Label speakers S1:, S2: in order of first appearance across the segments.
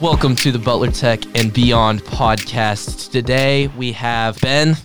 S1: Welcome to the Butler Tech and Beyond podcast. Today we have Ben,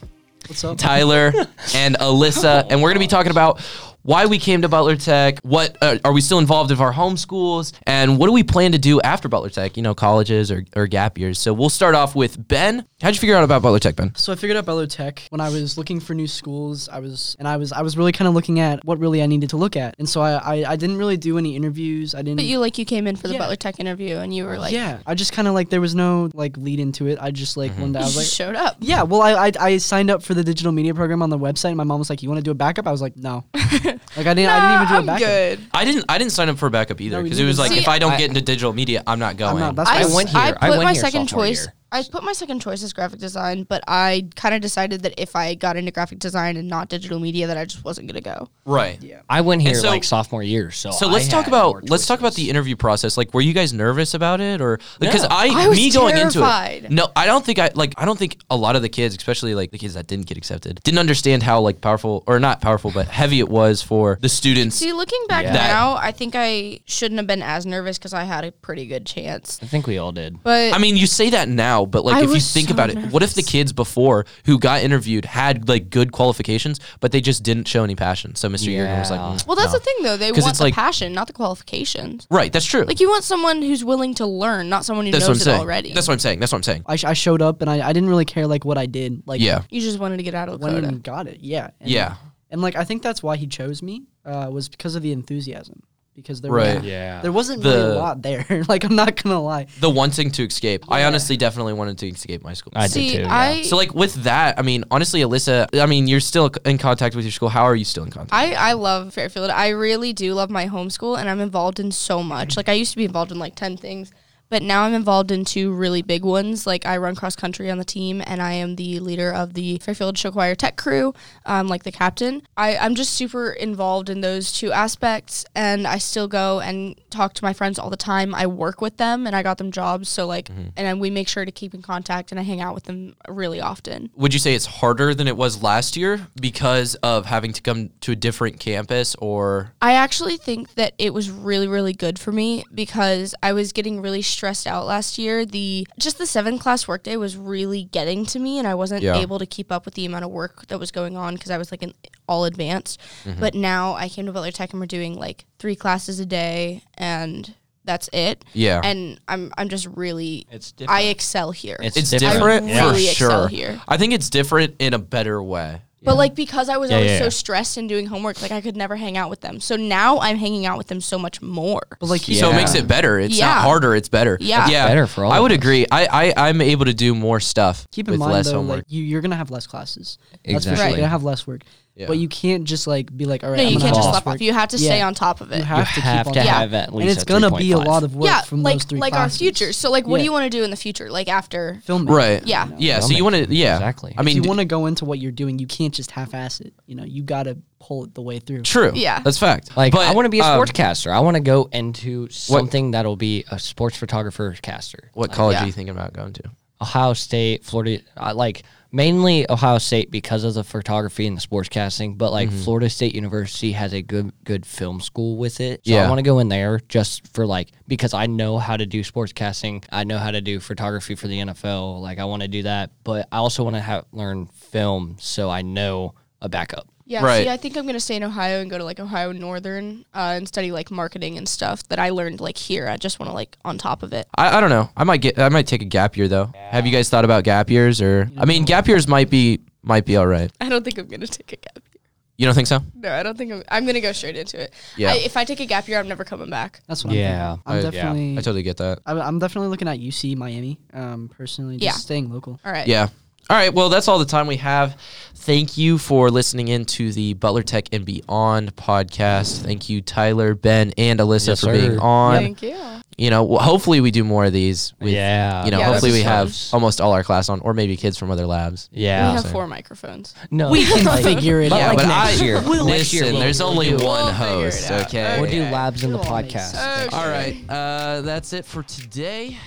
S2: What's up?
S1: Tyler, and Alyssa, and we're going to be talking about why we came to Butler Tech. What uh, are we still involved with our home schools, and what do we plan to do after Butler Tech? You know, colleges or, or gap years. So we'll start off with Ben. How'd you figure out about Butler Tech, Ben?
S2: So I figured out Belo Tech when I was looking for new schools. I was and I was I was really kind of looking at what really I needed to look at, and so I I, I didn't really do any interviews. I didn't.
S3: But you like you came in for
S2: Mm.
S3: the
S2: Yeah.
S3: Butler Tech interview and you were like,
S2: yeah, I just kind of like there was no like lead into it. I just like one day I
S3: you
S2: was like,
S3: just showed up.
S2: yeah, well I, I I signed up for the digital media program on the website, and my mom was like, you want to do a backup? I was like, no, like I didn't I didn't even do
S3: I'm
S2: a backup.
S3: good.
S1: I didn't. I didn't sign up for a backup either
S2: No, we
S1: because it was
S2: didn't.
S1: like
S3: See,
S1: if I don't
S4: I-
S1: get into digital media, I'm not going.
S2: I'm not. That's
S3: I,
S2: why
S4: I went
S3: s-
S4: here.
S3: I
S4: I
S3: put
S4: went
S3: my
S4: here
S3: second
S4: sophomore
S3: choice.
S4: year.
S3: I put my second choice as graphic design, but I kind of decided that if I got into graphic design and not digital media, that I just wasn't gonna go.
S1: right.
S4: I went here
S1: so-
S4: like sophomore year, so
S1: So
S4: I
S1: let's talk
S4: had more
S1: about let's talk about
S4: choices.
S1: the interview process. Like, were you guys nervous about it, or because
S4: No.
S1: I,
S3: I was
S1: me going into
S3: terrified.
S1: it? No, I don't think I like. I don't think a lot of the kids, especially like the kids that didn't get accepted, didn't understand how like powerful or not powerful, but heavy it was for the students.
S3: See, looking back
S4: Yeah.
S1: That-
S3: now, I think I shouldn't have been as nervous because I had a pretty good chance.
S4: I think we all did.
S3: But
S1: I mean, you say that now, but like
S3: I
S1: if you
S3: was
S1: think
S3: so
S1: about it, what if the
S3: nervous.
S1: kids before who got interviewed had like good qualifications, but they just didn't show any passion? So Mr. Yearman was like,
S4: Yeah.
S1: "Mm,
S3: well, that's
S1: no."
S3: the thing though. They
S1: 'Cause
S3: want
S1: it's
S3: the
S1: like-
S3: passion, not the qualifications.
S1: right. That's true.
S3: Like you want someone who's willing to learn, not someone who
S1: that's what I'm
S3: knows it
S1: saying.
S3: already.
S1: That's what I'm saying. That's what I'm saying.
S2: I, sh- I showed up and I, I didn't really care like what I did like
S1: Yeah.
S3: you just wanted to get out of the
S2: when
S3: quota.
S2: got it yeah and-
S1: Yeah.
S2: and like I think that's why he chose me uh, was because of the enthusiasm because there
S1: Right.
S2: was,
S4: Yeah.
S2: there wasn't really
S1: The-
S2: a lot there like I'm not gonna lie
S1: The wanting to escape. I honestly definitely wanted to escape my school.
S4: I did
S3: See,
S4: too, yeah.
S3: I
S1: So like with that, I mean, honestly, Alyssa, I mean, you're still in contact with your school. How are you still in contact?
S3: I, I love Fairfield. I really do love my homeschool, and I'm involved in so much. Like I used to be involved in like ten things, but now I'm involved in two really big ones. Like I run cross country on the team, and I am the leader of the Fairfield Show Choir Tech crew. Um, like the captain, I I'm just super involved in those two aspects, and I still go and talk to my friends all the time. I work with them, and I got them jobs. So like, and then we make sure to keep in contact, and I hang out with them really often.
S1: Would you say it's harder than it was last year because of having to come to a different campus or
S3: I actually think that it was really, really good for me because I was getting really stressed out last year. The just the seventh class workday was really getting to me, and I wasn't
S1: Yeah.
S3: able to keep up with the amount of work that was going on because I was like in all advanced.
S4: Mm-hmm.
S3: But now I came to Butler Tech and we're doing like three classes a day, and that's it.
S1: yeah?
S3: And I'm I'm just really
S4: It's
S3: I excel here.
S4: It's
S1: it's
S4: different.
S1: different
S3: I
S1: for
S3: really excel
S1: sure.
S3: here.
S1: I think it's different in a better way.
S3: But like because I was
S4: Yeah,
S3: always
S4: yeah,
S3: so
S4: yeah.
S3: stressed and doing homework, like I could never hang out with them. So now I'm hanging out with them so much more.
S2: but like
S1: So it
S4: Yeah.
S1: makes it better. It's not
S3: Yeah.
S1: harder. It's better.
S3: Yeah. It's
S1: yeah.
S4: better for all
S1: I
S4: of
S1: would
S4: us.
S1: agree. I, I I'm able to do more stuff
S2: keep in
S1: with
S2: mind
S1: less
S2: though,
S1: homework.
S2: like you, you're gonna have less classes. That's for sure.
S4: Exactly.
S2: You're gonna have less work,
S1: Yeah.
S2: but you can't just like be like, all right,
S3: No,
S2: I'm
S3: you
S2: gonna
S3: can't
S2: have
S3: just
S2: less
S3: slap
S2: work.
S3: off. You have to stay
S2: Yeah.
S3: on top of it.
S2: You have to keep on
S3: Yeah.
S2: top.
S4: have at least
S2: and it's
S4: a
S2: gonna be a
S4: 3.5.
S2: lot of work
S3: yeah,
S2: from
S3: like
S2: those three
S3: like
S2: classes.
S3: our future. So like, what do
S2: Yeah.
S3: you want to do in the future? Like after
S2: filming,
S1: right.
S3: Yeah.
S1: Yeah. So you want to yeah.
S4: Exactly.
S1: I mean,
S2: If
S1: d-
S2: you want to go into what you're doing, you can't just half-ass it. You know, you gotta pull it the way through.
S1: true.
S3: Yeah.
S1: That's fact.
S4: Like
S1: But,
S4: I want to be a
S1: um,
S4: sportscaster. I want to go into something that'll be a sports photographer caster.
S1: What college
S3: Yeah.
S1: are you thinking about going to?
S4: Ohio State, Florida, I like mainly Ohio State because of the photography and the sports casting, but like Florida State University has a good good film school with it. So
S1: Yeah.
S4: I want to go in there just for like because I know how to do sports casting, I know how to do photography for the NFL, like I want to do that, but I also want to have learn film so I know a backup.
S3: yeah,
S1: Right.
S3: see, I think I'm gonna stay in Ohio and go to like Ohio Northern uh, and study like marketing and stuff that I learned like here. I just want to like on top of it.
S1: I, I don't know. I might get. I might take a gap year though. Have you guys thought about gap years or? I mean, gap years might be might be all right.
S3: I don't think I'm gonna take a gap year.
S1: You don't think so?
S3: No, I don't think I'm. I'm gonna go straight into it.
S1: Yeah.
S3: I, if I take a gap year, I'm never coming back.
S2: That's what.
S4: Yeah.
S2: I'm,
S1: I-
S2: thinking. I'm
S3: Mm.
S2: definitely.
S1: I totally get that.
S2: I'm I'm definitely looking at UC Miami. Um, personally, just
S3: Yeah.
S2: staying local.
S3: All right.
S1: Yeah. All right. Well, that's all the time we have. Thank you for listening in to the Butler Tech and Beyond podcast. Thank you, Tyler, Ben, and Alyssa
S4: Yes,
S1: for
S4: sir.
S1: being on.
S3: Thank you.
S1: You know, well, hopefully we do more of these. With,
S4: yeah.
S1: You know,
S3: Yeah, that'd
S1: hopefully
S3: be
S1: we have
S4: fun.
S1: almost all our class on, or maybe kids from other labs.
S4: Yeah.
S3: we have four microphones.
S4: no.
S2: We can figure it
S4: But
S2: out.
S4: like
S1: but
S4: next
S1: I,
S4: year.
S1: listen,
S4: Next year we'll-
S1: there's only
S3: we'll
S1: one
S3: figure it
S1: host.
S3: out.
S1: Okay.
S4: We'll do
S3: Okay.
S4: labs in the
S2: It all makes
S4: podcast.
S3: sense.
S1: All right. Uh, that's it for today.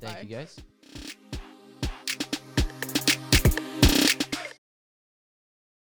S1: Thank
S3: Bye.
S1: you guys.